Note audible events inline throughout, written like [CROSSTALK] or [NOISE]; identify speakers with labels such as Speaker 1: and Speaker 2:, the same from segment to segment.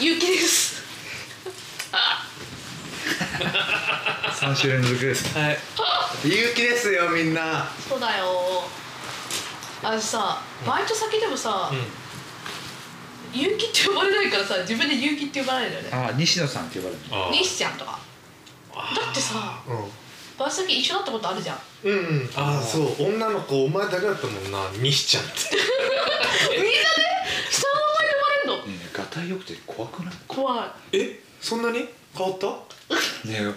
Speaker 1: ゆうきです。あ、
Speaker 2: 三週連続です。
Speaker 3: はい
Speaker 2: ゆうきですよ、みんな。
Speaker 1: そうだよ。あのさ、バイト先でもさ、
Speaker 3: う
Speaker 1: ゆうきって呼ばれないからさ、自分でゆうきって呼ばないんだよね。
Speaker 2: あ、西野さんって呼ばれる。
Speaker 3: ん
Speaker 1: 西ちゃんとか。だってさ、バイト先一緒だったことあるじゃん。
Speaker 4: うんうんああそう女の子お前だけだったもんなミシちゃんって
Speaker 1: みんなね、下の名前で呼ばれるの。
Speaker 2: ねえ、がたいよくて怖くない。
Speaker 1: 怖い。
Speaker 4: えそんなに変わった
Speaker 2: ねえ、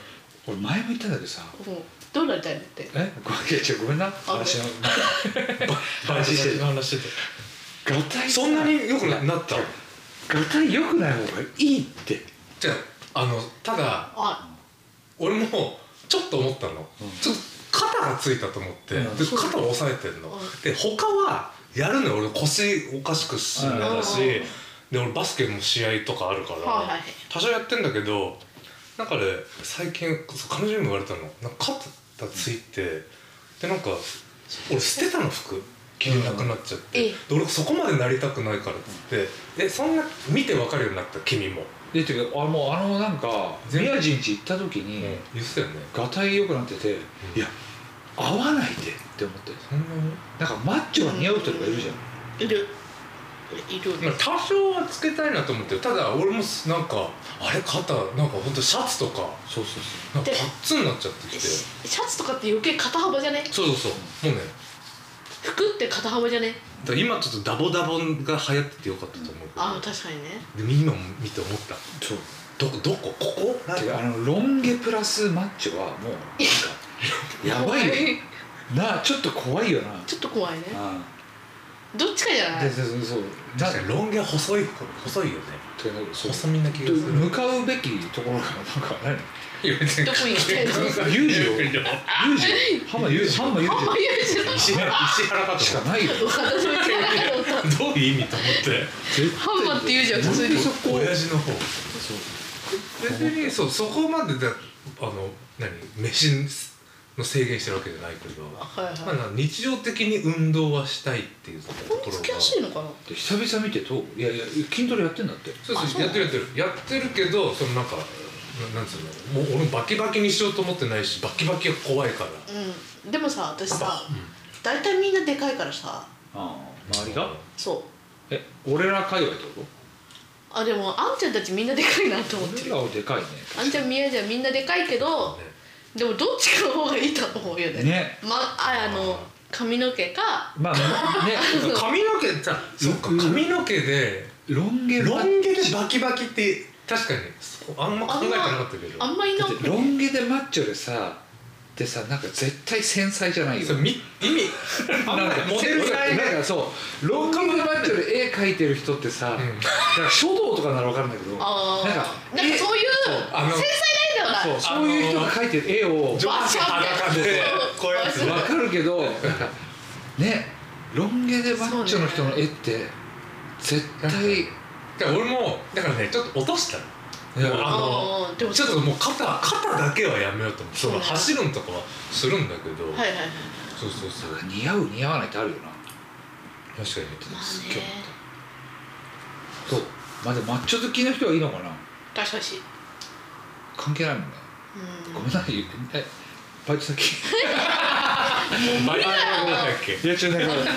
Speaker 2: 俺前も言ったんだけどさ。
Speaker 1: もう、どうなりたいのって。
Speaker 2: え、ごめん、いやちょごめんな。話の。
Speaker 3: バイトしてる話して
Speaker 2: がたい。
Speaker 4: そんなに良くななった
Speaker 2: がたい良くない方がいいって。
Speaker 4: じゃああのただ
Speaker 1: あ、
Speaker 4: 俺もちょっと思ったの、
Speaker 2: うん
Speaker 4: ちょっと肩がついたと思って、
Speaker 2: うん
Speaker 4: で肩を押さえてんの、
Speaker 1: うん
Speaker 4: で他はやるのよ俺腰おかしくするのだし、
Speaker 1: うん
Speaker 4: で俺バスケも試合とかあるから、
Speaker 1: はいはいはい
Speaker 4: 多少やってんだけどなんかね最近そう彼女にも言われたのなんか肩がついて、でなんか俺捨てたの服着れなくなっちゃって、
Speaker 1: ええ
Speaker 4: で俺そこまでなりたくないからっつって、えそんな見てわかるようになった君も、
Speaker 2: で、てか、あ、もう、あの、なんか、
Speaker 4: 全
Speaker 2: 宮地んち行った時に。
Speaker 4: うん言ってたよね
Speaker 2: がたい良くなってて、いや、合わないでって思って。
Speaker 4: そんなに
Speaker 2: なんか、マッチョが似合う人とかいるじゃん。
Speaker 1: いる。いる。
Speaker 4: まあ多少はつけたいなと思ってるただ俺もすなんかあれ肩なんかほんとシャツとか
Speaker 2: そうそう
Speaker 4: なんか
Speaker 1: で
Speaker 4: パッツンになっちゃってきて
Speaker 1: シシャツとかって余計肩幅じゃね
Speaker 4: そうそうそうもうね
Speaker 1: 服って肩幅じゃね
Speaker 4: だから今ちょっとダボダボが流行っててよかったと思うけど
Speaker 1: あ、確かにね。
Speaker 4: でみんなも見て思った
Speaker 2: そう。そ
Speaker 4: ど
Speaker 2: う。
Speaker 4: こどこここなんか
Speaker 2: てかあのロン毛プラスマッチョはもうなんか [LAUGHS] やばいよねなあちょっと怖いよな
Speaker 1: ちょっと怖いね。
Speaker 2: あ
Speaker 1: どっちかじゃ
Speaker 2: あ
Speaker 1: ない
Speaker 2: でそうそうそうな
Speaker 4: 確かにロン毛細い細いよね
Speaker 2: てかそう
Speaker 4: 細身な気がする
Speaker 2: 向かうべきところがなんか
Speaker 4: いや別に
Speaker 1: どこ行きたいの
Speaker 2: 何有事を有事浜有事浜有
Speaker 1: あんま
Speaker 2: 事
Speaker 1: 言うじゃない。
Speaker 4: [LAUGHS] 石原石原かと
Speaker 2: し
Speaker 4: 思
Speaker 2: かないよ
Speaker 1: 私も言ってなかった。
Speaker 4: ったどういう意味と思って
Speaker 2: 絶対
Speaker 1: ハンマーって言うじゃん普通に
Speaker 2: そこ
Speaker 4: 親父の方
Speaker 2: そう
Speaker 4: 別にそうそこまでだあの何飯の制限してるわけじゃないけど、
Speaker 1: はいはい
Speaker 4: まあな、日常的に運動はしたいっていうところが
Speaker 1: こんなつきやすいのかな。
Speaker 2: で久々見てといやいや筋トレやってんだって
Speaker 4: そう
Speaker 1: あ
Speaker 4: そ
Speaker 1: そうう
Speaker 4: やってるやってるやってるけどそのなんかななんつうのもう俺もバキバキにしようと思ってないしバキバキが怖いから
Speaker 1: うん。でもさ、私さ、大体みんなでかいからさ、
Speaker 2: ああ周りが
Speaker 1: そう。
Speaker 2: え俺ら界隈ってこ
Speaker 1: あでもあんちゃんたちみんなでかいなと思
Speaker 2: と
Speaker 1: って
Speaker 2: 俺
Speaker 1: る。
Speaker 2: らはでかいね
Speaker 1: あんちゃんみやちゃんみんなでかいけど
Speaker 4: ね、
Speaker 1: でもどっちかの方がいいと思うよね。
Speaker 2: ね。
Speaker 1: まああの髪の毛か。
Speaker 2: まあね
Speaker 4: 髪の毛さそっか
Speaker 2: うん
Speaker 4: 髪の毛で
Speaker 2: ロン毛
Speaker 4: ロ
Speaker 2: マッ
Speaker 4: ン毛でバキバキって確かにそうあんま考えてなかったけど
Speaker 1: あんまりな
Speaker 2: だってロン毛でマッチョでさでさなんか絶対繊細じゃないよ
Speaker 4: それみ意味あん
Speaker 2: なん
Speaker 4: ま
Speaker 2: か
Speaker 4: りモデルさ
Speaker 2: 繊細
Speaker 4: んが
Speaker 2: なんかそうロン毛でマッチョで絵描いてる人ってさ、
Speaker 4: ん
Speaker 2: なんか書道とかなら分かるんだけどなん
Speaker 1: あー
Speaker 2: か
Speaker 1: なんかそういう
Speaker 2: そう
Speaker 4: あの
Speaker 1: 繊細な
Speaker 2: そ
Speaker 1: んだよ
Speaker 2: うそういう人が描いてる絵を
Speaker 4: 上
Speaker 1: わ
Speaker 4: 半身
Speaker 1: しゃ
Speaker 4: 裸
Speaker 1: みたい
Speaker 4: で
Speaker 1: な
Speaker 4: こういうやつ
Speaker 1: わしゃ
Speaker 2: 分かるけどなんかねロン毛でマッチョの人の絵って絶対
Speaker 4: そうねだから俺もだからねちょっと落としたの
Speaker 2: いや
Speaker 4: もうあ
Speaker 1: あー
Speaker 4: の
Speaker 1: でも
Speaker 4: ちょっともう肩肩だけはやめようと思ってそ
Speaker 1: そう
Speaker 4: の
Speaker 1: ね
Speaker 4: 走るんとかはするんだけど、
Speaker 1: はいはいはい。
Speaker 4: そうそうそう確か
Speaker 2: 似合う似合わないってあるよな
Speaker 4: に
Speaker 1: ま
Speaker 2: すっ
Speaker 1: あ
Speaker 2: げえ
Speaker 1: ね。
Speaker 2: そうまあでもマッチョ好きの人はいいのかな
Speaker 1: 確かに。
Speaker 2: 関係ないもんね
Speaker 1: うん
Speaker 2: ごめんなさいえバイト先
Speaker 4: もう前あのなんだっけ
Speaker 2: いや違うなん
Speaker 1: ご
Speaker 2: か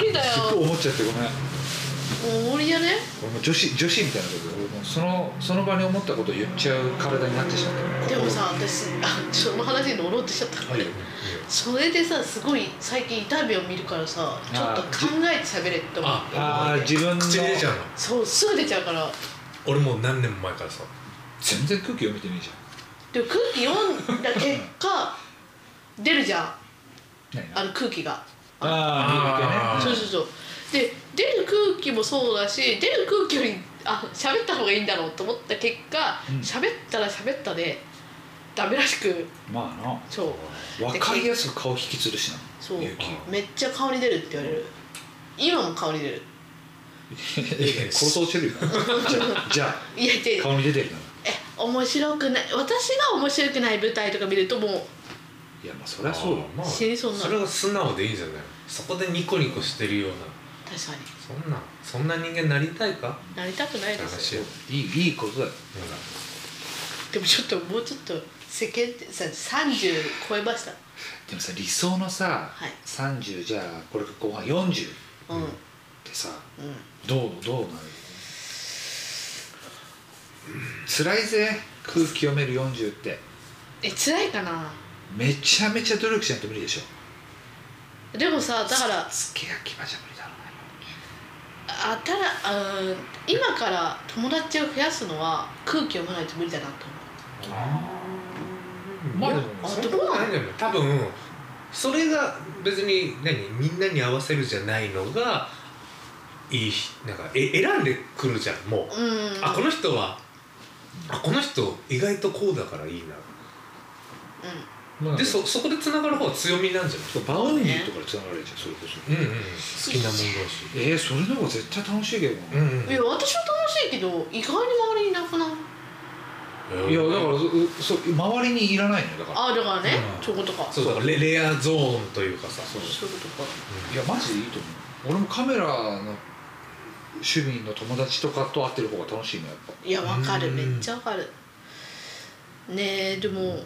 Speaker 1: めん無理だ
Speaker 2: すっ
Speaker 1: よ
Speaker 2: ごい思っちゃってごめん
Speaker 1: もう無理じゃね
Speaker 2: 俺もう女子女子みたいなこと俺もうそのその場に思ったことを言っちゃう体になってしまった
Speaker 1: でもさ私あその話に乗ろうとしちゃった
Speaker 2: はい
Speaker 1: それでさすごい最近痛みを見るからさちょっと考えて喋れって思う
Speaker 2: ああ自分の
Speaker 4: 口に出ちゃうの
Speaker 1: そうすぐ出ちゃうから
Speaker 4: 俺もう何年も前からさ
Speaker 2: 全然空気読めてねえじゃ
Speaker 1: でも空気読んだ結果出るじゃん
Speaker 2: ん何
Speaker 1: あの空気が
Speaker 4: あ
Speaker 2: あ
Speaker 4: ー
Speaker 1: そう
Speaker 2: ー
Speaker 1: そうそうで出る空気もそうだし出る空気よりあ喋った方がいいんだろうと思った結果
Speaker 2: うん
Speaker 1: 喋ったら喋ったでダメらしく
Speaker 2: まあ
Speaker 1: そう
Speaker 2: な分かりやすく顔引きつるしな
Speaker 1: そう
Speaker 2: 勇気
Speaker 1: めっちゃ顔に出るって言われる今も顔に出る
Speaker 2: え構想してるよ [LAUGHS] なじゃあじゃ
Speaker 1: いやいやい
Speaker 2: あ
Speaker 1: や
Speaker 2: 顔に出てるな
Speaker 1: え面白くない私が面白くない舞台とか見るともう
Speaker 2: いやまあそりゃそうよ
Speaker 4: ま
Speaker 1: 死にそうになる
Speaker 4: それが素直でいいじゃないそこでニコニコしてるような
Speaker 1: 確かに
Speaker 4: そんなそんな人間になりたいか
Speaker 1: なりたくないですよ
Speaker 4: 話を
Speaker 2: いいいいことだよ
Speaker 1: でもちょっともうちょっと世間ってさ30超えました
Speaker 2: でもさ理想のさ、
Speaker 1: はい
Speaker 2: 30じゃあこれが後半40っ
Speaker 1: うんうん
Speaker 2: てさどうどうなる辛いぜ空気読める40って
Speaker 1: え辛いかな
Speaker 2: めちゃめちゃ努力しないと無理でしょ
Speaker 1: でもさだから
Speaker 2: つけ焼き場じゃ無理だろう
Speaker 1: あたらうん今から友達を増やすのは空気読まないと無理だなと思
Speaker 2: まあでも
Speaker 4: もそんなことないんじゃない多分それが別に何みんなに合わせるじゃないのがいいなんかえ選んでくるじゃんもう
Speaker 1: ううん
Speaker 4: あこの人はあこの人意外とこうだからいいな
Speaker 1: う
Speaker 2: ね、まあ、
Speaker 4: でそそこでつながる方は強みなんじゃない
Speaker 2: そうバウンディとかでつながれるじゃんそれこそ
Speaker 4: うんうん好きなもん同士
Speaker 2: えー、それの方が絶対楽しいけど
Speaker 4: う
Speaker 2: な、
Speaker 4: ん
Speaker 1: んいや私は楽しいけど意外に周りになくない
Speaker 4: うん
Speaker 2: いやだからそそ周りにいらないのよだから
Speaker 1: あだからね
Speaker 4: うん
Speaker 1: そういうことか
Speaker 4: そうだからレレアゾーンというかさ
Speaker 2: そう
Speaker 1: そういうことか
Speaker 2: いやマジでいいと思う俺もカメラの趣味の友達とかと会ってる方が楽しいのやっぱ
Speaker 1: いやわかる
Speaker 4: うん
Speaker 1: めっちゃわかるねえでも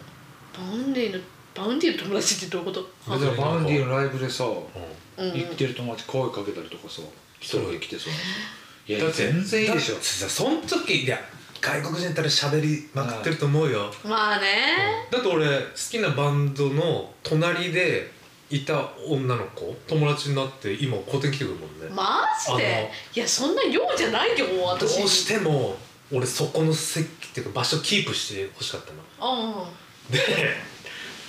Speaker 1: バウンディのバウンディの友達ってどういうこと
Speaker 4: あ
Speaker 2: だからバウンディのライブでさ行
Speaker 4: う
Speaker 1: うんうん
Speaker 2: ってる友達声かけたりとかさ一
Speaker 4: そう
Speaker 2: 人で来てそうい
Speaker 4: ん
Speaker 2: や全然いいでしょ
Speaker 4: だってさその時いや外国人だったら喋りまくってると思うよ
Speaker 1: まあね
Speaker 4: だって俺好きなバンドの隣でいた女の子友達になって今こうやって来てくるもんね
Speaker 1: マジ
Speaker 4: あ
Speaker 1: で
Speaker 4: の
Speaker 1: いやそんな量じゃないよ
Speaker 4: どう
Speaker 1: 私
Speaker 4: しても俺そこの席っていうか場所キープしてほしかったの
Speaker 1: うん
Speaker 4: で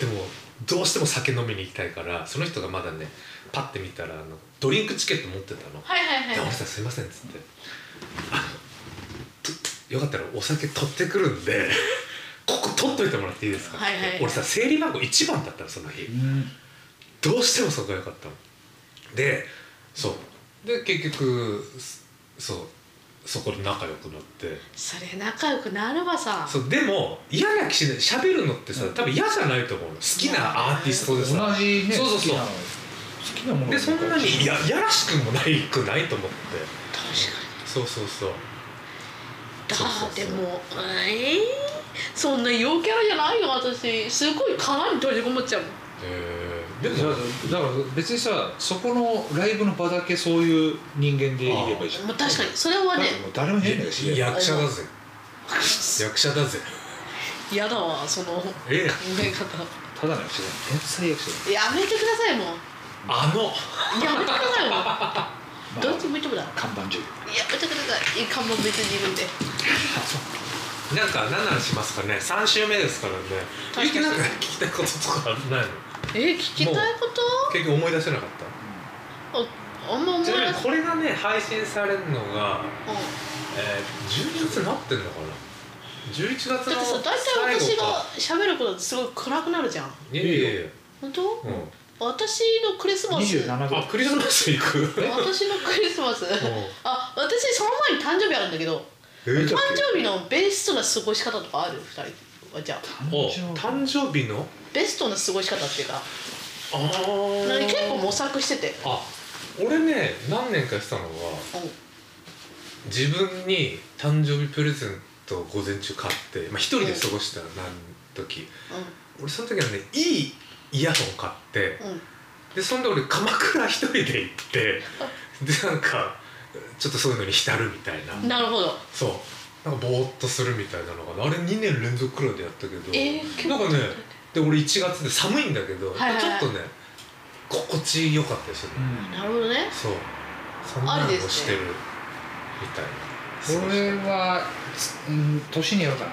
Speaker 4: でもどうしても酒飲みに行きたいからその人がまだねパッて見たらあのドリンクチケット持ってたの
Speaker 1: はいはいはい
Speaker 4: で「俺さんすいません」っつって「あとよかったらお酒取ってくるんでここ取っといてもらっていいですか?」って
Speaker 1: はいはいはい
Speaker 4: 俺さ整理番号1番だったのその日
Speaker 2: うん
Speaker 4: どうしてもそこが良かったのでそうで結局そうそこで仲良くなって
Speaker 1: それ仲良くなればさ
Speaker 4: そうでも嫌な気しない喋るのってさ多分嫌じゃないと思うの好きなアーティスト
Speaker 2: 同
Speaker 4: でさ
Speaker 2: じね
Speaker 4: そうそうそう
Speaker 2: 好きなの好きなもの
Speaker 4: でそんなにいや
Speaker 2: い
Speaker 4: やらしくもないくないと思って
Speaker 1: 確
Speaker 4: そうそうそうそうそう
Speaker 1: か
Speaker 4: そう
Speaker 1: にだでもえーそんな陽キャラじゃないよ私すごい殻に閉じこもっちゃうもん
Speaker 4: えー、
Speaker 2: で
Speaker 4: で
Speaker 2: も
Speaker 4: も
Speaker 2: だからだから別にさそこのライブの場だけそういう人間でいればいいじゃん
Speaker 1: もう確かにそれは
Speaker 2: だ
Speaker 1: ね
Speaker 2: ってもう誰も変なやし
Speaker 4: いや役者だぜ役者だぜ
Speaker 1: 嫌だわその考
Speaker 4: え
Speaker 1: え方
Speaker 2: ただの役者だよ天才役者だよ
Speaker 1: やめてくださいもう
Speaker 4: あの
Speaker 1: やめてくださいも
Speaker 2: まあ
Speaker 1: うどっちもいいとこだや
Speaker 2: 看板女優
Speaker 1: めてくださいいいかも別にいるんで
Speaker 4: なんか何なんしますかね3週目ですからね
Speaker 1: 確かに
Speaker 4: なんか聞きたいこととかないの
Speaker 1: え聞きたいこと
Speaker 4: 結局思い出せなかっ
Speaker 1: あんま思
Speaker 4: たち
Speaker 1: い出
Speaker 4: なみ
Speaker 1: す
Speaker 4: にこれがね配信されるのが、
Speaker 1: う
Speaker 4: えー、12月になってんのかな11月の
Speaker 1: んだってさ大体私が喋ることってすごい暗くなるじゃん
Speaker 4: いやいやいやいや、
Speaker 1: 本当、
Speaker 4: う
Speaker 1: 私のクリスマス
Speaker 2: 27
Speaker 4: ん、
Speaker 2: 度
Speaker 4: あクリスマス行 [LAUGHS] く
Speaker 1: 私のクリスマス
Speaker 4: ん
Speaker 1: あ私その前に誕生日あるんだけど
Speaker 4: え
Speaker 1: 誕生日のベストな過ごし方とかある二人はじゃあ
Speaker 4: お誕生日の
Speaker 1: ベストな過ごし方っていうか
Speaker 4: ああ
Speaker 1: なに結構模索してて
Speaker 4: あ俺ね何年かしたのは
Speaker 1: う
Speaker 4: 自分に誕生日プレゼントを午前中買ってまあ、一人で過ごした何時
Speaker 1: ん
Speaker 4: 俺その時はねいいイヤホン買って
Speaker 1: うんうん
Speaker 4: でそんで俺鎌倉一人で行ってでなんかちょっとそういうのに浸るみたいな
Speaker 1: なるほど
Speaker 4: そうなんかぼーっとするみたいなのがあれ2年連続くらいでやったけど、
Speaker 1: えー結構
Speaker 4: なんかねで俺1月で寒いんだけど、
Speaker 1: はいはいはい
Speaker 4: ちょっとね心地よかったですよね、
Speaker 1: なるほどね
Speaker 4: そうそんなのをしてるみたいな
Speaker 2: これは、つうん、年によるかな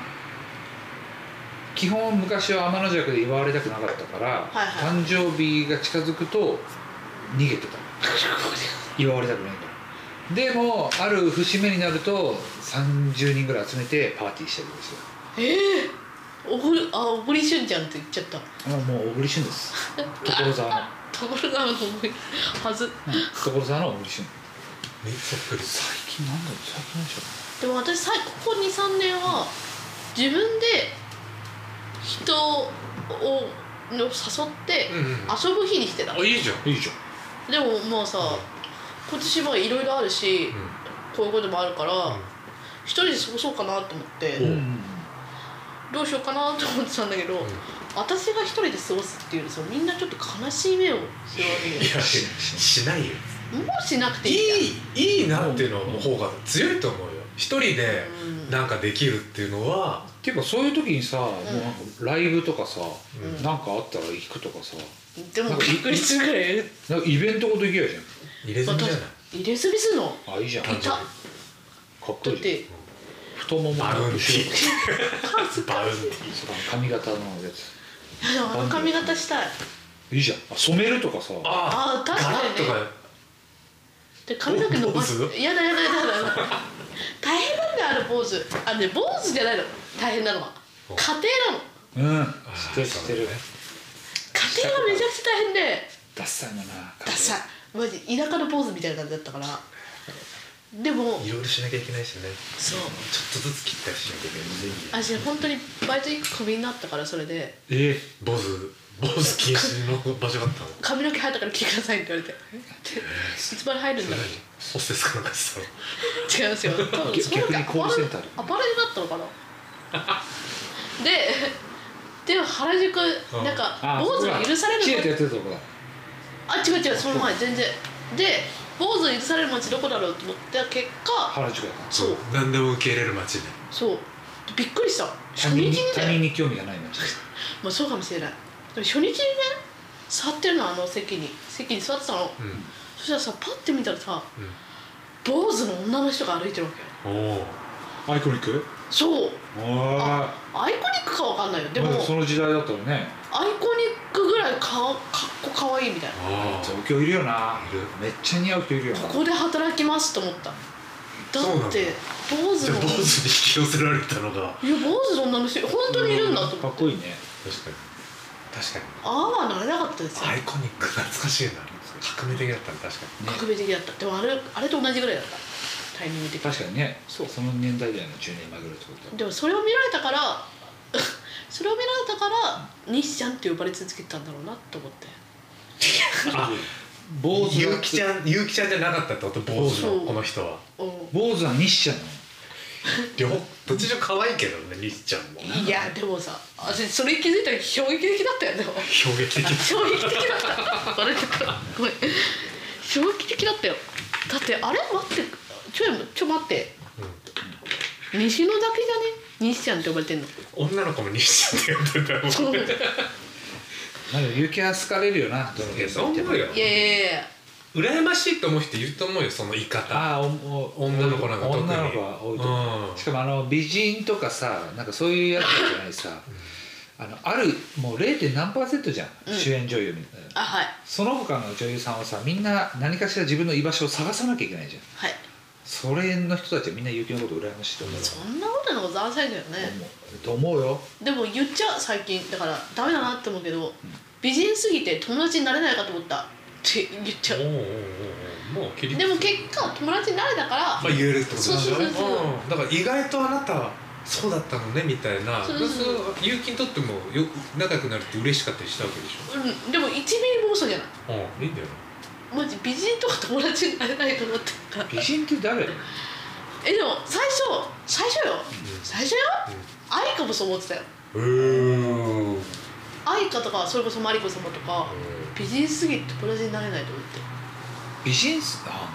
Speaker 2: 基本昔は天の弱で祝われたくなかったから、
Speaker 1: はいはい
Speaker 2: 誕生日が近づくと逃げてた [LAUGHS] 祝われたくないからでもある節目になると30人ぐらい集めてパーティーしてるんですよ
Speaker 1: ええおごりあおごりしゅんちゃんって言っちゃった
Speaker 2: あもう小栗旬
Speaker 1: [LAUGHS]
Speaker 2: です所沢の
Speaker 1: 所沢の思いはず
Speaker 2: 所沢の小栗旬
Speaker 4: ねそっくり
Speaker 2: 最近なんだろう最近なんでしょ
Speaker 1: でも私さここ23年は自分で人をを誘って
Speaker 4: うんうん
Speaker 1: 遊ぶ日にしてた、
Speaker 4: あいいじゃん
Speaker 2: ういいじゃん
Speaker 1: でももうさ今年はいろいろあるし、こういうこともあるから、一人で過ごそうかなと思って、
Speaker 4: うん
Speaker 1: どうしようかなと思ってたんだけど、私が一人で過ごすっていうよりさみんなちょっと悲しい目をするわけ
Speaker 4: い
Speaker 1: よ
Speaker 4: やしないよ
Speaker 1: もうしなくて
Speaker 4: い
Speaker 1: いいじゃん
Speaker 4: いいいなっていうのの方が強いと思うよ一人で
Speaker 1: うん
Speaker 4: なんかできるっていうのは
Speaker 2: ていうかそういう時にさ、もうなんかライブとかさ、
Speaker 1: ん
Speaker 2: なんかあったら行くとかさ
Speaker 1: でもびっくりするぐらい
Speaker 2: なんかイベントごと行けばいいじ
Speaker 4: 入れ墨じゃない
Speaker 1: 入れ墨するの
Speaker 2: ゃんあいいじゃん
Speaker 1: い
Speaker 2: か
Speaker 1: た
Speaker 2: っ
Speaker 1: だ
Speaker 2: こいいじ
Speaker 1: っ
Speaker 2: ゃん
Speaker 1: て
Speaker 2: 太ももの
Speaker 4: バウンティ
Speaker 1: 恥ず
Speaker 4: ーバウ
Speaker 1: か
Speaker 4: ン
Speaker 1: しい
Speaker 4: ティー
Speaker 2: そう髪型のやつ
Speaker 1: いやでもあの髪型したい
Speaker 2: いいじゃんあ染めるとかさ
Speaker 4: あ
Speaker 1: あ確かにね
Speaker 4: ガラッと
Speaker 1: で髪の毛伸ばす
Speaker 4: 坊主
Speaker 1: やだやだやだやだやだ大変なんだよあれ坊主あのね坊主じゃないの大変なのは
Speaker 4: お
Speaker 1: 家庭なの
Speaker 2: うん
Speaker 4: あ
Speaker 2: 知ってる知ってる
Speaker 4: そうだね
Speaker 1: 家庭がめちゃくちゃ大変で
Speaker 2: ダッサいのな
Speaker 1: ダサいマジ田舎の坊主みたいな感じだったからでも
Speaker 4: いろいろしなきゃいけないしね
Speaker 1: そう
Speaker 4: ちょっとずつ切ったりしなきゃいけないし
Speaker 1: 私本当にバイト行くクビになったからそれで
Speaker 2: え
Speaker 4: 坊主坊主禁止の場所があったの
Speaker 1: 髪の毛生えたから切ってくださいって言われてでいつまで入るんだろう
Speaker 4: ホステスかなんかしたの
Speaker 1: 違うんですよ多分
Speaker 2: [LAUGHS] 逆
Speaker 1: その時
Speaker 2: 逆にコールセンターで
Speaker 1: アパレルだったのかなででも原宿
Speaker 4: うん
Speaker 1: なんか
Speaker 2: あ
Speaker 1: 坊
Speaker 2: そ
Speaker 1: 主
Speaker 2: こ
Speaker 1: が
Speaker 2: だ
Speaker 1: 許され
Speaker 2: チエット
Speaker 1: る
Speaker 2: や
Speaker 1: の
Speaker 2: ってるとこだ
Speaker 1: あ違う違うその前全然で坊主が許される街どこだろうと思った結果
Speaker 2: 原宿だ
Speaker 1: そう
Speaker 4: 何でも受け入れる街で
Speaker 1: そうびっくりした
Speaker 2: 他
Speaker 1: 初日
Speaker 2: 人
Speaker 1: に
Speaker 2: に
Speaker 1: ね
Speaker 2: 他人に興味がない街
Speaker 1: まあそうかもしれないでも初日にね座ってるのあの席に席に座ってたの
Speaker 4: うん
Speaker 1: そしたらさパッて見たらさ坊主の女の人が歩いてるわけよ
Speaker 4: おお
Speaker 2: アイコニック
Speaker 1: そう
Speaker 2: あ
Speaker 1: アイコニックかわかんないよで
Speaker 2: で
Speaker 1: も、
Speaker 2: もその時代だったらね
Speaker 1: アイコニックぐらいかかっこかわいいみたいな
Speaker 4: あ
Speaker 2: 東京いるよない
Speaker 4: る
Speaker 2: めっちゃ似合う人いるよな
Speaker 1: ここで働きますと思っただ
Speaker 4: そうなんだ
Speaker 1: って坊主
Speaker 4: じゃ
Speaker 2: [LAUGHS]
Speaker 1: の
Speaker 4: あ坊主に引き寄せられたのが
Speaker 1: いや坊主の女の人本当にいるんだと
Speaker 2: か
Speaker 1: 思
Speaker 2: っ
Speaker 1: って
Speaker 2: こいいね
Speaker 4: 確かに確かに
Speaker 1: ああはなれなかったですよ
Speaker 4: アイコニック懐かしいな革命的だったの確かに
Speaker 1: 革命的だったでもあれあれと同じぐらいだったタイミング的に
Speaker 2: 確かにね
Speaker 1: そう
Speaker 2: その年代だよね10年前ぐらいってこと
Speaker 1: でもそれを見られたから [LAUGHS] それを見られたから西ちゃんって呼ばれ続けてたんだろうなと思って
Speaker 4: あ
Speaker 2: 坊主
Speaker 4: ゆうきちゃんゆうきちゃんじゃなかったってこと坊主
Speaker 1: そう
Speaker 4: のこの人は
Speaker 1: う
Speaker 2: 坊主は西ちゃんなの
Speaker 4: 両方どっちでも可愛いけどねりっちゃんも
Speaker 1: んいやでもさ私それ気づいたら衝撃的だったよね
Speaker 4: 衝撃的
Speaker 1: 衝撃的だった笑っちゃったごめん衝撃的だったよだってあれ待ってちょいちょ待って西野だけじゃね西ちゃんって呼ばれてんの
Speaker 4: 女の子もりっちゃんって呼んでたもん
Speaker 1: そうい
Speaker 2: まあでも結城は好かれるよなどの現
Speaker 4: そう
Speaker 2: 場行っても
Speaker 4: 思うよ
Speaker 1: やいやいやいや
Speaker 4: 羨ましいと思う人いると思うよその言い方
Speaker 2: ああおお
Speaker 4: 女の子なんか特に
Speaker 2: 女の子は多いと思
Speaker 4: う
Speaker 2: うんしかもあの美人とかさなんかそういうやつじゃないさあのあるもう 0. 何パーセントじゃん、
Speaker 1: うん
Speaker 2: 主演女優みたいな
Speaker 1: あはい
Speaker 2: その他の女優さんはさみんな何かしら自分の居場所を探さなきゃいけないじゃん
Speaker 1: はい
Speaker 2: それの人たちはみんな結城のこと羨ましいと思うよ
Speaker 1: そんなことなんかざわせんだよね
Speaker 2: と思うよ
Speaker 1: でも言っちゃう最近だからダメだなって思うけど美人すぎて友達になれないかと思ったって言っちゃ
Speaker 4: おう
Speaker 1: う
Speaker 4: おうおうおうもう切り
Speaker 1: でも結果友達になれたか
Speaker 4: ま
Speaker 1: ら
Speaker 4: あ言えるってことなん
Speaker 1: そうそうそうそう
Speaker 4: だから意外とあなたそうだったのねみたいな
Speaker 1: そうそうそう
Speaker 4: ゆうきにとってもよ仲良くなるって嬉しかったりしたわけでし
Speaker 1: うんでも1ミリも嘘じゃない
Speaker 4: ょうんいいんだよ
Speaker 1: マジ美人とか友達になれないと思ったから
Speaker 2: 美人って誰
Speaker 1: えでも最初最初よ、最初よ、愛花もそう思ってたよ
Speaker 4: うーん
Speaker 1: 愛花とかそれこそマリコ様とか、美人すぎて友達になれないと思って
Speaker 2: 美人っすあ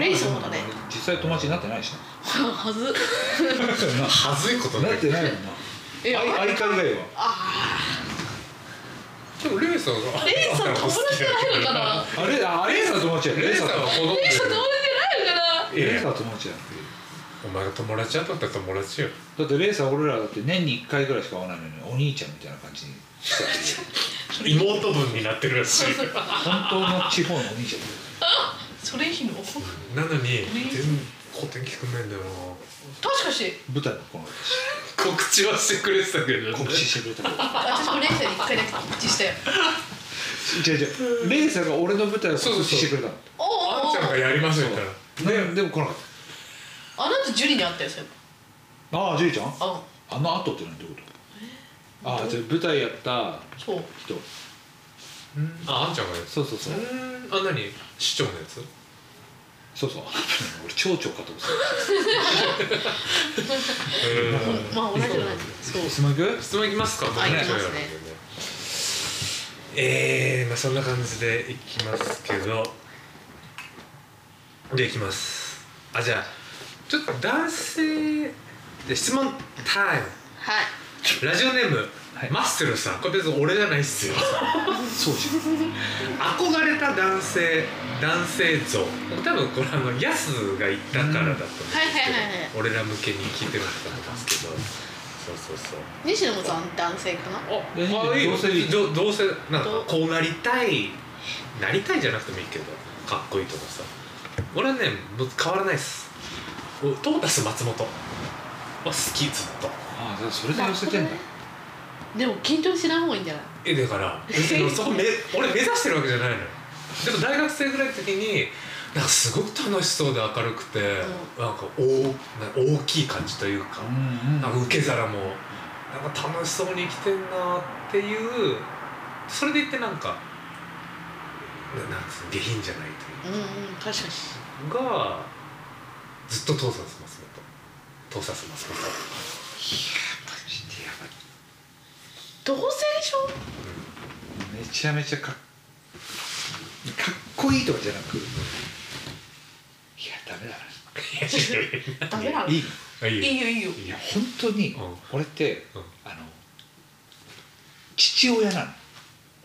Speaker 1: レイ様がね
Speaker 2: 実際友達になってないし
Speaker 1: [LAUGHS] はず
Speaker 2: な
Speaker 4: はずいこと
Speaker 2: なってないもんな
Speaker 1: え
Speaker 2: あい相方以外は
Speaker 1: あ
Speaker 4: でもレイさん
Speaker 1: あ
Speaker 4: が
Speaker 1: レイさん友達じゃないのか
Speaker 4: [LAUGHS]
Speaker 2: あ
Speaker 1: な
Speaker 2: れあレイさん友達や
Speaker 4: レイさんはほどんで
Speaker 1: レイ
Speaker 4: る
Speaker 1: さん友達じゃないのかない
Speaker 4: や
Speaker 2: レイ
Speaker 4: い
Speaker 2: さん
Speaker 4: や
Speaker 2: は友達や
Speaker 4: お前が友達だったら友達よ
Speaker 2: だってレイさん俺らだって年に1回ぐらいしか会わないのにお兄ちゃんみたいな感じにしてたっていう
Speaker 4: 妹分になってるらしい
Speaker 2: 本当の地方のお兄ちゃん
Speaker 1: それ日の
Speaker 4: なのに全然古典聞くめんだよな
Speaker 1: 確かし
Speaker 2: 舞台のこの
Speaker 4: 告知はしてくれてたけどね
Speaker 2: 告知してくれたけ
Speaker 1: 私もレイさんに一回だけ告知したよ
Speaker 2: ど違う違うレイさんが俺の舞台を告知してくれたの
Speaker 1: おお
Speaker 4: あんちゃんがやりますよみたいな
Speaker 2: ねでも来なかっ
Speaker 1: あなたジュリに会ったよそういえ
Speaker 2: たああジュリちゃん
Speaker 1: ばあ
Speaker 2: あの後って何どういうことああじゃあ舞台やった
Speaker 1: そう
Speaker 2: 人
Speaker 4: ああんちゃんがやる
Speaker 2: そうそうそう
Speaker 4: うーんあ何市長のやつ
Speaker 2: そうそう [LAUGHS] 俺蝶々かと思って
Speaker 1: まあ同じ同じそう
Speaker 2: た質問いく
Speaker 3: 質問いきますか。
Speaker 1: はい行きますね
Speaker 4: えー、まあそんな感じでいきますけどでいきますあじゃあちょっと男性で質問タイ
Speaker 1: はい
Speaker 4: ムラジオネーム、
Speaker 2: はい
Speaker 4: マッスルさんこれ別に俺じゃないっすよ
Speaker 2: [LAUGHS] そうじ
Speaker 4: 憧れた男性男性像多分これあのヤスが言ったからだと思うんですけど、
Speaker 1: はいはいはいはい
Speaker 4: 俺ら向けに聞いてるんだと思いますけどそうそうそう
Speaker 1: 西野さん男性かな
Speaker 4: あ、
Speaker 2: え
Speaker 4: あいいよ
Speaker 2: どうせいい
Speaker 4: どどうせなんか
Speaker 1: どう
Speaker 4: こうなりたいなりたいじゃなくてもいいけどかっこいいとかさ俺はねぶ変わらないっすおトータス松本は好きずっと
Speaker 2: ああそれで寄せてんだ
Speaker 1: でも緊張しない方がいいんじゃない
Speaker 4: えだから別にそこ
Speaker 1: [LAUGHS]
Speaker 4: め俺目指してるわけじゃないのよでも大学生ぐらいの時になんかすごく楽しそうで明るくて、なんかおなんか大きい感じというか、
Speaker 2: うん
Speaker 4: なんか受け皿もなんか楽しそうに生きてんなっていうそれでいてなんかななんつうの下品じゃないと
Speaker 1: うんうん確かに
Speaker 4: いうかがずっと盗撮ますもと盗撮ますも
Speaker 1: 同性でしょ
Speaker 2: めちゃめちゃかっかっこいいとかじゃなくいやダメだ
Speaker 4: と
Speaker 1: ダメなの
Speaker 2: ない
Speaker 1: い
Speaker 4: い
Speaker 2: い
Speaker 4: いいい
Speaker 1: よいいよ
Speaker 2: いや本当に
Speaker 4: うん
Speaker 2: 俺って、
Speaker 4: うん
Speaker 2: あの父親な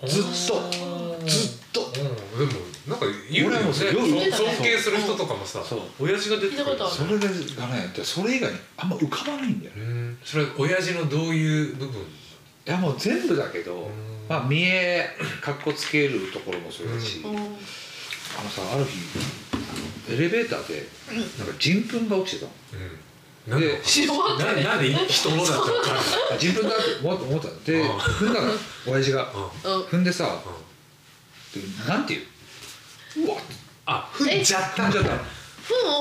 Speaker 2: のずっ
Speaker 4: お
Speaker 2: と
Speaker 4: ー
Speaker 2: ずっと
Speaker 4: うんでもなんか言うよ
Speaker 2: 俺
Speaker 4: ね
Speaker 2: も
Speaker 4: そ
Speaker 2: そうう
Speaker 1: 言ってたね
Speaker 4: 尊敬する人とかもさ
Speaker 2: そう
Speaker 4: 親父が出てく
Speaker 1: 聞
Speaker 4: る
Speaker 1: いたことあ
Speaker 2: それでがねだからそれ以外にあんま浮かばないんだよ
Speaker 4: う
Speaker 2: ね
Speaker 4: んそれは親父のどういう部分
Speaker 2: いやもう全部だけど、
Speaker 4: ん
Speaker 2: まあ見えかっこつけるところもそうだし、
Speaker 1: うんうん
Speaker 2: あのさある日エレベーターでなんか人糞が落ちてたの
Speaker 4: うんなんで
Speaker 2: で
Speaker 1: 知らんかった
Speaker 4: ななんで人のだったのか
Speaker 2: あ人糞だって思思ったので
Speaker 4: うん
Speaker 2: 踏んだら親父が
Speaker 4: うんうん
Speaker 2: 踏んでさでなんて言ううわっ
Speaker 4: あ踏んじゃった
Speaker 2: 踏んじゃったの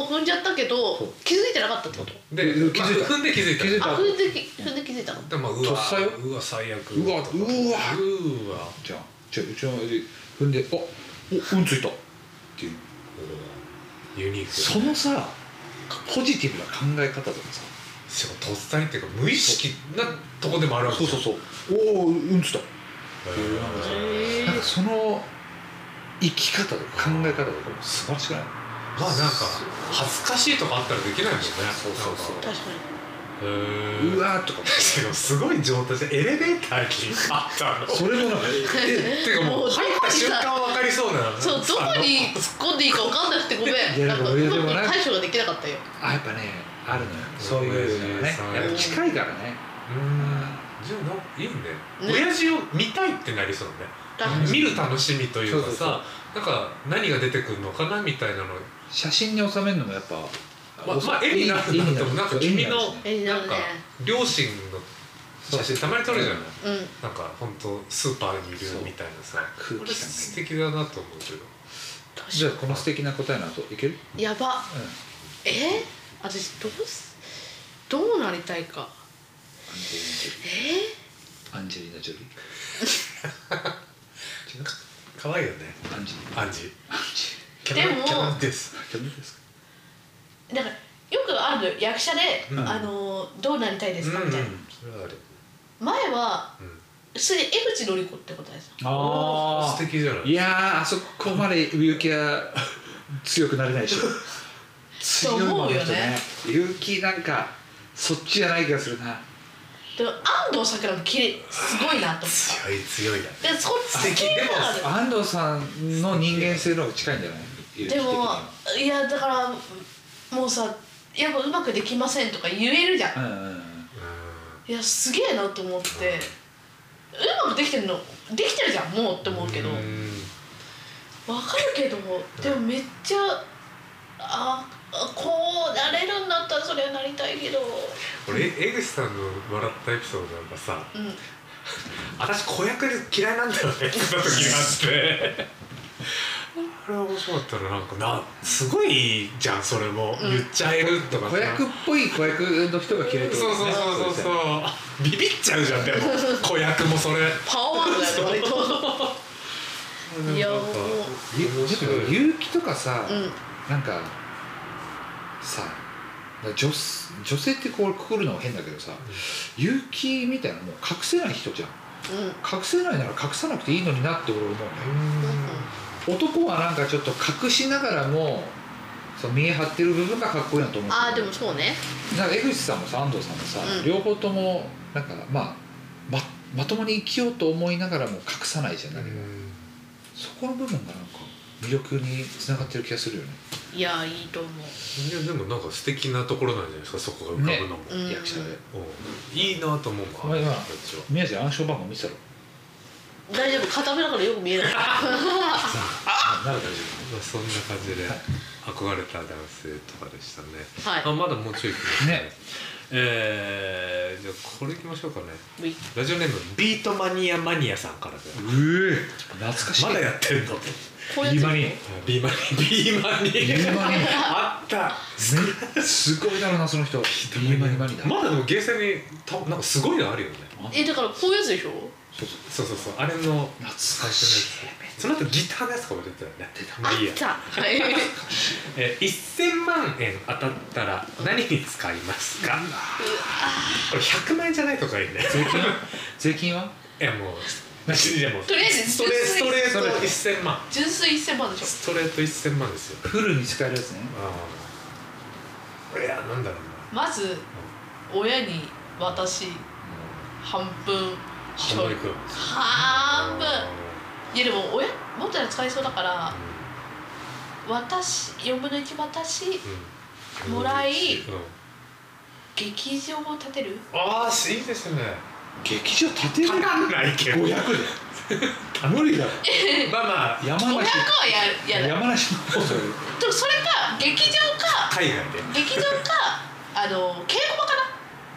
Speaker 1: 糞を踏んじゃったけど
Speaker 2: そう
Speaker 1: 気づいてなかったってこと
Speaker 4: で、
Speaker 2: で
Speaker 4: まあ
Speaker 2: 気づいた
Speaker 4: 踏んで気づいた
Speaker 2: 気づい
Speaker 1: あ
Speaker 2: た
Speaker 1: 踏んでき踏んで気づいたの
Speaker 4: でまあうわ
Speaker 2: とっさよ
Speaker 4: うわ最悪
Speaker 2: うわ
Speaker 4: とか
Speaker 2: うわ
Speaker 4: うわ
Speaker 2: じゃあじゃあうちの親父踏んであおうんついたっていう
Speaker 4: ユニーク
Speaker 2: そのさポジティブな考え方とかさ
Speaker 4: しかもとっさにっていうか無意識なとこでもあるわけ
Speaker 2: そう
Speaker 4: じゃん
Speaker 2: そうそうおおうんついた
Speaker 4: へ
Speaker 1: へ
Speaker 2: なん
Speaker 1: え
Speaker 2: かその生き方とか考え方とかも素晴らしくない
Speaker 4: ーまあなんか恥ずかしいとかあったらできないもんね
Speaker 2: そうそうそう
Speaker 4: なんか
Speaker 1: 確か
Speaker 4: へー
Speaker 2: うわーとか
Speaker 4: しかもすごい状態でエレベーターにあったの
Speaker 2: それもなんか
Speaker 4: えてかもう入った瞬間分かりそうな
Speaker 1: にそうどこに突っ込んでいいか分かんなくてごめ
Speaker 2: いや
Speaker 1: ん
Speaker 2: なん
Speaker 1: な
Speaker 2: か
Speaker 1: んかう
Speaker 2: 俺で
Speaker 1: ま
Speaker 2: も
Speaker 1: く
Speaker 2: なんか
Speaker 1: 対処ができなかったよ
Speaker 2: あやっぱねあるのよそういうのがね
Speaker 4: そう
Speaker 2: やっぱ近いからね
Speaker 4: うんじゃあないいね親父を見たいってなりそうね
Speaker 1: 確かに
Speaker 4: 見る楽しみというか
Speaker 2: そう
Speaker 4: さなんか何が出てくるのかなみたいなの
Speaker 2: 写真に収めるのもやっぱ
Speaker 4: ままあ絵になるんだけどなんか君の
Speaker 1: えーでも
Speaker 4: なんか
Speaker 1: ね
Speaker 4: 両親の写真たまに撮るじゃない
Speaker 1: うん
Speaker 4: なんか本当スーパーにいるみたいなさ
Speaker 2: 空
Speaker 4: これ
Speaker 2: 気感
Speaker 4: 素敵だなと思うけど
Speaker 2: じゃあ
Speaker 1: 確か
Speaker 2: この素敵な答えの後いける
Speaker 1: にやば
Speaker 2: うん
Speaker 1: えー私どうすどうなりたいかえ
Speaker 2: アンジェリーナ・ジョリ
Speaker 4: [LAUGHS]
Speaker 2: ー違う
Speaker 4: 可愛いよね
Speaker 2: アンジェリーナ・
Speaker 4: アンジ
Speaker 2: アンジ
Speaker 4: キ
Speaker 1: でも
Speaker 4: キャラです
Speaker 2: ェリーナダメですか
Speaker 1: ーだからよくあるのよ役者で
Speaker 4: うん
Speaker 1: あのーどうなりたいですかみたいな
Speaker 4: それはある
Speaker 1: 前は
Speaker 4: うん
Speaker 1: 普通に江口のり子って答えです
Speaker 2: あ
Speaker 4: 素敵じゃない
Speaker 2: いやーあそこまで結城は強くなれないでしょ
Speaker 1: と
Speaker 2: 強いも
Speaker 1: 思
Speaker 2: ん
Speaker 1: うよね
Speaker 2: ね結城なんかそっちじゃない気がするな
Speaker 1: でも安藤サクラも綺麗すごいなと思っ
Speaker 4: 強い強いだね
Speaker 1: たでそこ
Speaker 4: 素
Speaker 1: 好
Speaker 4: 敵
Speaker 1: きだからだよ
Speaker 2: 安藤さんの人間性の方が近いんじゃない結城
Speaker 1: で
Speaker 2: 的に
Speaker 1: も
Speaker 2: はい
Speaker 1: やだからもうさやっぱうまくできませんとか言えるじゃん、
Speaker 2: うんうんうん
Speaker 4: う
Speaker 1: いやすげえなと思ってうまくできてるのできてるじゃんもうって思うけどわ
Speaker 4: ん
Speaker 1: かるけどでもめっちゃああこうなれるんだったらそれはなりたいけど
Speaker 4: 俺江口さんの笑ったエピソードなんかさ
Speaker 1: うん
Speaker 4: 私子役で嫌いなんだよねって言った時があってあれは面白かったななんかなすごいじゃんそれも、
Speaker 1: うん
Speaker 4: 言っちゃえるとかさ
Speaker 2: 子役っぽい子役の人が嫌いってこ
Speaker 4: そう
Speaker 2: と
Speaker 4: そうそうそうそう
Speaker 2: う
Speaker 4: ビビっちゃうじゃんでも子役もそれ
Speaker 1: パワーワードだね割 [LAUGHS] といやもう
Speaker 4: 面白い
Speaker 2: 結城とかさ
Speaker 1: うん
Speaker 2: なんかさだから女す女性ってこうくくるのは変だけどさ勇気みたいなもう隠せない人じゃん
Speaker 1: うん
Speaker 2: 隠せないなら隠さなくていいのになって俺思うね男はなんかちょっと隠しながらもそう見え張ってる部分がかっこいいなと思う
Speaker 1: ああでもそうね
Speaker 2: なんか江口さんもさ安藤さんもさ、
Speaker 1: うん
Speaker 2: 両方ともなんかまあままともに生きようと思いながらも隠さないじゃん
Speaker 4: う
Speaker 2: 何も、
Speaker 4: ん
Speaker 2: そこの部分がなんか魅力につながってる気がするよね
Speaker 1: いやいいと思う
Speaker 4: いやでもなんか素敵なところなんじゃないですかそこが浮かぶのも、
Speaker 1: うん
Speaker 2: 役者で
Speaker 4: うんいいなと思うもん
Speaker 2: まあ今
Speaker 4: あっちは
Speaker 2: 宮治暗証番号見せろ
Speaker 1: 大丈夫片目だからよく見えない
Speaker 2: あなる大丈
Speaker 4: まあそんな感じで憧れた男性とかでしたね、
Speaker 1: はい
Speaker 4: あまだもうちょい行きますね
Speaker 2: ね
Speaker 4: えー、じゃあこれ行きましょうかね
Speaker 1: うい
Speaker 4: ラジオネームビートマニアマニアさんからだ
Speaker 2: 夫うえ懐かしい
Speaker 4: ま
Speaker 2: [LAUGHS]
Speaker 4: だやってるの
Speaker 1: こういう
Speaker 2: ビー
Speaker 1: や
Speaker 2: マニー
Speaker 4: ビーマニビーマニ
Speaker 2: ビーマニー
Speaker 4: あった
Speaker 2: ねすごいだろうなその人ビーマニーマニーだ
Speaker 4: まだでもゲーセンにたなんかすごいのあるよね
Speaker 2: あ
Speaker 1: つえだからこういうやつでしょ
Speaker 2: そうそう
Speaker 4: そうそうそうあれの
Speaker 2: 懐か
Speaker 4: 最
Speaker 2: し
Speaker 4: 初
Speaker 2: い
Speaker 4: のやつその後ギターのやつとかも出てたよねま
Speaker 1: あ
Speaker 4: あいい
Speaker 1: っ
Speaker 4: や
Speaker 1: たはい
Speaker 4: えー、1000万円当たったら何に使いますかこれ100万円じゃないとかいいね
Speaker 2: 税金は税金はい
Speaker 4: やもういやもう
Speaker 1: とりあえず
Speaker 4: ストレストレート1000万
Speaker 1: 純粋1000万でしょ
Speaker 4: ストレート1000万ですよ
Speaker 2: フルに使えるやつね
Speaker 4: ああいやなんだろう
Speaker 5: まず親に私半分
Speaker 4: な半分いく
Speaker 5: 半分いやでも親もっと使いそうだから私4分の1私
Speaker 4: うん
Speaker 5: もらい
Speaker 4: うん
Speaker 5: 劇場を建てる
Speaker 4: ああいいですね
Speaker 2: 劇場建て
Speaker 4: か
Speaker 2: る
Speaker 4: かんないけど
Speaker 2: 500
Speaker 4: ま
Speaker 2: で無理だろ
Speaker 4: あまあ
Speaker 2: 山
Speaker 5: 500
Speaker 2: 梨
Speaker 5: はややだ
Speaker 2: 山梨の方で
Speaker 5: でもそれか劇場か
Speaker 4: 海外で
Speaker 5: 劇場かあの稽古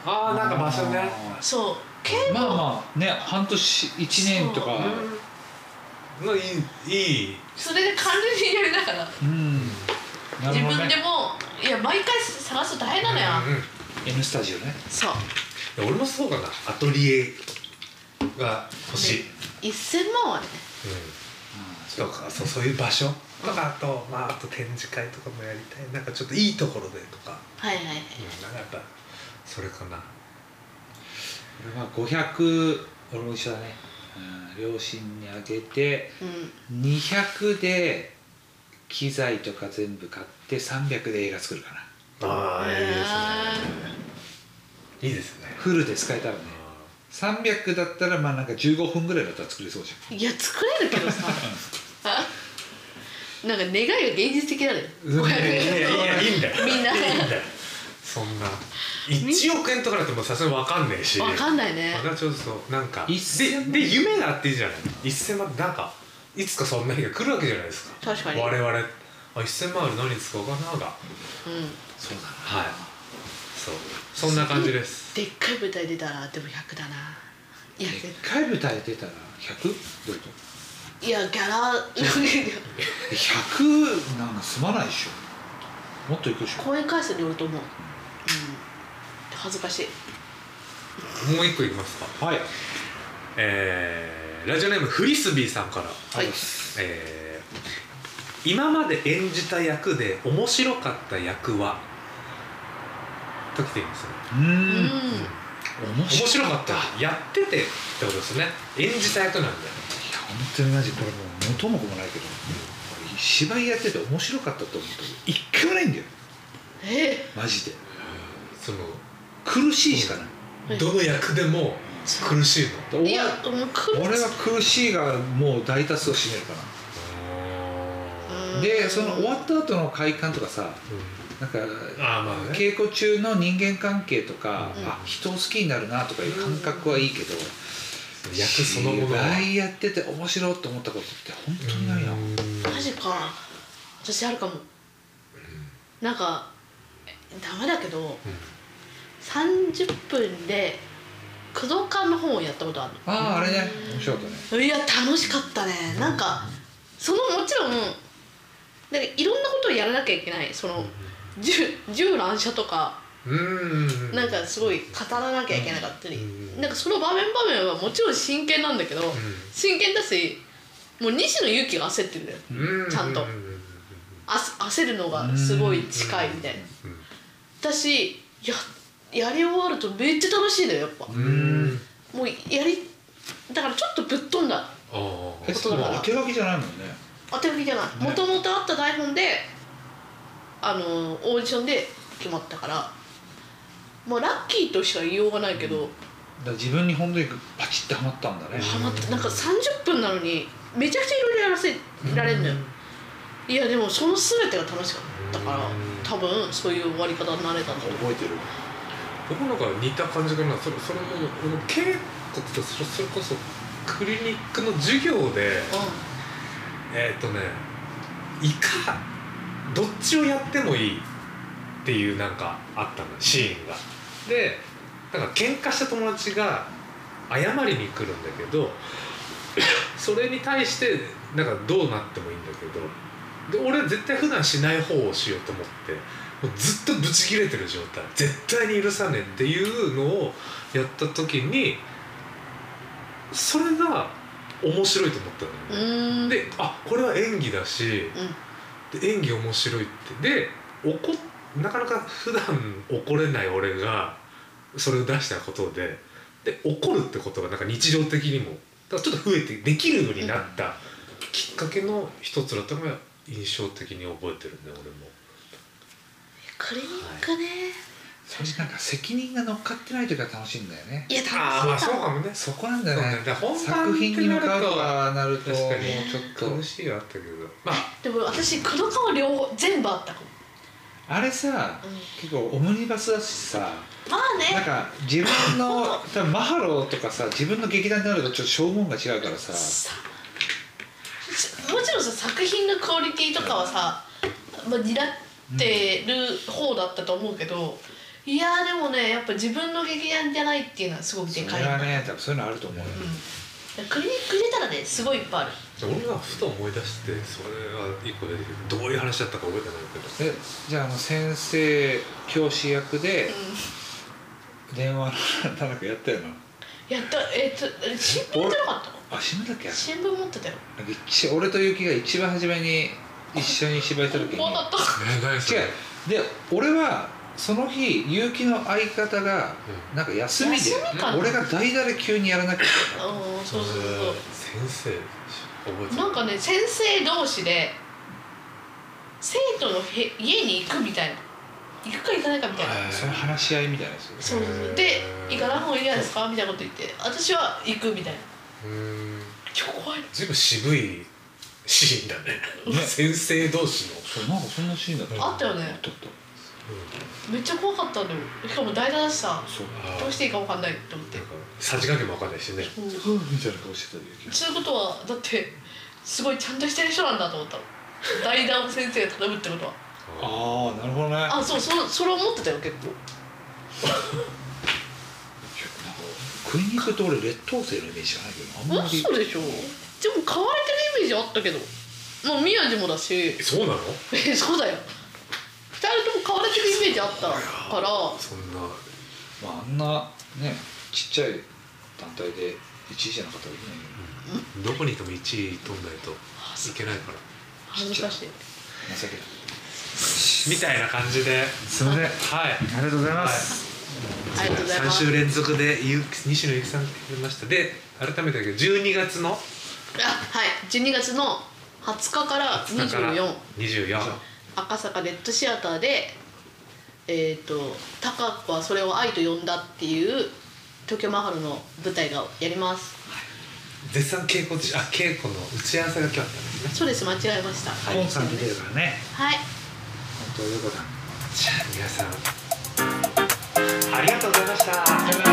Speaker 5: 場か
Speaker 4: ああなんか場所ね
Speaker 5: なそう稽古
Speaker 2: まあまあね半年1年とか
Speaker 4: うんまあいいいい
Speaker 5: それで完全にやりながら
Speaker 2: うんなる
Speaker 5: 自
Speaker 2: ほど
Speaker 5: 分で
Speaker 2: ね
Speaker 5: もいや毎回探すと大変なのよ
Speaker 4: うんうん
Speaker 2: N スタジオね
Speaker 1: そう
Speaker 4: いや俺もそうかなアトリエが欲しい、
Speaker 1: ね1000万はね
Speaker 4: うん、とかそうそういう場所とかあと,、まあ、あと展示会とかもやりたいなんかちょっといいところでとか、
Speaker 1: はいはいは
Speaker 4: う
Speaker 1: い
Speaker 4: ん、なんかやっぱそれかな
Speaker 2: 俺は500俺も一緒だねうん両親にあげて
Speaker 1: うん
Speaker 2: 200で機材とか全部買って300で映画作るかな
Speaker 4: あ
Speaker 1: ーいいで
Speaker 4: ね
Speaker 1: す
Speaker 4: いいですね
Speaker 2: フルで使えたらね300だったらまあなんか15分ぐらいだったら作れそうじ
Speaker 1: いや作れるけどさなんか願いが現実的だね
Speaker 2: ゃん
Speaker 4: いやいやいやいいんだよ
Speaker 1: みんない
Speaker 4: いんだよそんな1億円とかだってもうさすがに分かんねえし
Speaker 1: [LAUGHS] わかんないね
Speaker 4: まだちょっとそうなんか
Speaker 2: 1000
Speaker 4: でで夢があっていいじゃない1000万なんかいつかそんな日が来るわけじゃないですか
Speaker 1: 確かに
Speaker 4: 我々あ1000万ある何に使おうかなが
Speaker 1: う
Speaker 2: そ
Speaker 1: ん
Speaker 2: うだな
Speaker 4: はいそうそんな感じです
Speaker 1: でっかい舞台出たらでも100だないや
Speaker 2: でっかい舞台出たら 100? どういうこと
Speaker 1: いやギャラ
Speaker 2: 100なんか済まないでしょもっといくでしょ
Speaker 1: [LAUGHS] 公演回数によると思う、うん、恥ずかしい
Speaker 4: もう一個いきますか
Speaker 2: はい
Speaker 4: えーラジオネームフリスビーさんから
Speaker 1: はい
Speaker 4: えー今まで演じた役で面白かった役はときていいんですよね
Speaker 2: うー
Speaker 1: うんん
Speaker 2: 面
Speaker 4: 面
Speaker 2: 白
Speaker 4: 白
Speaker 2: か
Speaker 4: か
Speaker 2: っ
Speaker 4: った
Speaker 2: い
Speaker 4: た
Speaker 2: や
Speaker 4: やっててってことですね演じた役なんで
Speaker 2: 本当にマジこれもう元も子もないけど俺芝居やってて面白かったと思ったこと一回もないんだよ
Speaker 1: え
Speaker 2: マジで
Speaker 4: その
Speaker 2: 苦しいしかない
Speaker 1: はい
Speaker 4: どの役でも苦しいの
Speaker 2: で
Speaker 1: ー、
Speaker 2: 俺
Speaker 1: いやもう来る
Speaker 2: 俺は苦しいがもう大多数を占めるか
Speaker 1: う
Speaker 2: な
Speaker 1: ーん
Speaker 2: でその終わった後の快感とかさ
Speaker 4: うん
Speaker 2: なんか
Speaker 4: ああまあね
Speaker 2: 稽古中の人間関係とか、
Speaker 1: うん
Speaker 2: あ人を好きになるなとかいう感覚はいいけど、
Speaker 4: 役そのものは
Speaker 2: 芝居やってて面白いと思ったことって本当にないな、
Speaker 1: マジか私あるかもなんかえダメだけど30分で駆動館の本をやったことある
Speaker 2: あああれね面白かったね
Speaker 1: のいや楽しかったねなんかそのもちろんなんかいろんなことをやらなきゃいけないその銃銃乱射とか
Speaker 4: うんうん
Speaker 1: なんかすごい語らなきゃいけなかったり、
Speaker 4: うん
Speaker 1: なんかその場面場面はもちろん真剣なんだけど、真剣だしもう西野勇気が焦ってるんだよ
Speaker 4: う
Speaker 1: ちゃんと
Speaker 4: ううう
Speaker 1: あす焦るのがすごい近いみたいな私ややり終わるとめっちゃ楽しいのよやっぱ
Speaker 2: うん
Speaker 1: もうやりだからちょっとぶっ飛んだ
Speaker 4: ああ
Speaker 2: え
Speaker 1: ことだから
Speaker 2: そう手書きじゃないもんね
Speaker 1: 当てみじゃない
Speaker 2: ね
Speaker 1: もともとあった台本であのオーディションで決まったからもうラッキーとしか言いようがないけど、
Speaker 2: だから自分に本当にパチッてはまったんだね
Speaker 1: ハマってなんか30分なのにめちゃくちゃいろいろやらせられるのよ、いやでもその全てが楽しかったから、
Speaker 4: うん
Speaker 1: 多分そういう終わり方になれたんだと思う
Speaker 2: 覚えてる
Speaker 4: 僕なんか似た感じかなそれそれも俺も稽古とそれそれこそクリニックの授業でえーっ、とねいかどっちをやってもいいっていうなんかあったのシーンがでなんか喧嘩した友達が謝りに来るんだけどそれに対してなんかどうなってもいいんだけどで俺は絶対普段しない方をしようと思ってもうずっとブチ切れてる状態絶対に許さねえっていうのをやった時にそれが面白いと思ったんだよね。
Speaker 1: うんうーん
Speaker 4: であこれは演技だし、で演技面白いってで怒っなかなか普段怒れない俺がそれを出したことでで怒るってことがなんか日常的にもだからちょっと増えてできるようになったきっかけの一つだったのが印象的に覚えてるね俺も。
Speaker 1: クリニックね、
Speaker 2: それになんか責任が乗っかってない時が楽しいんだよね
Speaker 1: い、や
Speaker 4: あーま
Speaker 1: 楽
Speaker 4: あ
Speaker 1: しい
Speaker 4: そう
Speaker 1: か
Speaker 4: かもね
Speaker 2: そこなんだよ
Speaker 4: そう
Speaker 2: ね
Speaker 4: ねだから本番
Speaker 2: 作品に向かうとかなるともう
Speaker 4: 確かに
Speaker 2: ちょっと
Speaker 4: 苦しいはあったけどまあ
Speaker 1: でも私この顔両方全部あったかも、
Speaker 2: あれさ、
Speaker 1: うん
Speaker 2: 結構オムニバスだしさ
Speaker 1: まあ
Speaker 2: なん
Speaker 1: ね
Speaker 2: か自分の多分マハローとかさ自分の劇団になるとちょっと証文が違うからさ
Speaker 1: さもちろんさ作品のクオリティとかはさ、まあ、担ってる方だったと思うけど、いやーでもねやっぱ自分の劇団じゃないっていうのはすごく
Speaker 2: そ
Speaker 1: で
Speaker 2: れ
Speaker 1: かいな
Speaker 2: はね多分そういうのあると思うよ、
Speaker 1: うん、クリニック入れたらねすごいいっぱいある
Speaker 4: 俺がふと思い出してそれは一個出てきてどういう話だったか覚えてないけど。
Speaker 2: えじゃああの先生教師役で電話のなんだかやったよな
Speaker 1: やったえっ、と新聞持ってなかっ
Speaker 2: あ新聞だっけ
Speaker 1: たの新聞持ってたよ
Speaker 2: なんか一俺と結城が一番初めに一緒に芝居した時に
Speaker 1: こうだった
Speaker 4: 長いです
Speaker 2: 違うで俺はその日結城の相方がなんか休みで
Speaker 1: 休みかな
Speaker 2: 俺が代打で急にやらなきゃいけない
Speaker 1: うんそうそう
Speaker 4: 先生覚え
Speaker 1: そう
Speaker 4: て
Speaker 1: なんかね先生同士で生徒のへ家に行くみたいな行くか行かないかみたいな、
Speaker 4: はい
Speaker 2: その話し合いみたいなやつ
Speaker 1: そうそうそうで行かない方がいいんじゃないですかみたいなこと言って私は行くみたいな
Speaker 4: うーん
Speaker 1: 超怖い
Speaker 4: 随分渋いシーンだね [LAUGHS]
Speaker 2: ね
Speaker 4: 先生同士の
Speaker 2: そうなんかそんなシーンだった
Speaker 1: あったよね
Speaker 2: あったあっ
Speaker 1: めっちゃ怖かったんだよしかも代打だしさ
Speaker 2: たそう
Speaker 1: どうしていいか分かんないって思って
Speaker 4: なんかさじ加減もわかんないしね
Speaker 1: うん
Speaker 2: ふうみたいな顔してたよ結
Speaker 1: そういうことはだってすごいちゃんとしてる人なんだと思ったの代打を先生が頼むってことは
Speaker 2: 城ああなるほどねいやなんか
Speaker 1: あそうそそれ思ってたよ結構
Speaker 2: 食いに行くと俺劣等生のイメージがないけどあんまり
Speaker 1: 嘘でしょでも買われてるイメージあったけどまあ宮地もだし
Speaker 4: えそうなの
Speaker 1: えそうだよ二人とも買われてるイメージあったから
Speaker 4: そんな
Speaker 2: まああんなねちっちゃい団体で1位じゃなかったらいいのに
Speaker 4: どこにいても1位取んないといけないから
Speaker 1: 恥ずかしい
Speaker 2: 情けない
Speaker 4: みたいな感じで
Speaker 2: すみませんあ
Speaker 4: はい
Speaker 2: りがとうござい
Speaker 4: ます、
Speaker 1: ありがとうございます
Speaker 4: 3週連続でゆう西野ゆきさんが出ましたで改めてだけど12月の
Speaker 1: あはい12月の20日から
Speaker 4: だから
Speaker 1: 24
Speaker 4: 24
Speaker 1: 赤坂レッドシアターでえっ、と「高子はそれを愛と呼んだ」っていう東京マハロの舞台がやります
Speaker 4: 絶賛稽古中あ稽古の打ち合わせが今日あったんですね
Speaker 1: そうです間違えました
Speaker 2: コンさん出てるからね
Speaker 1: はい
Speaker 2: 本当よかった
Speaker 4: じゃあ皆さんありがとうございました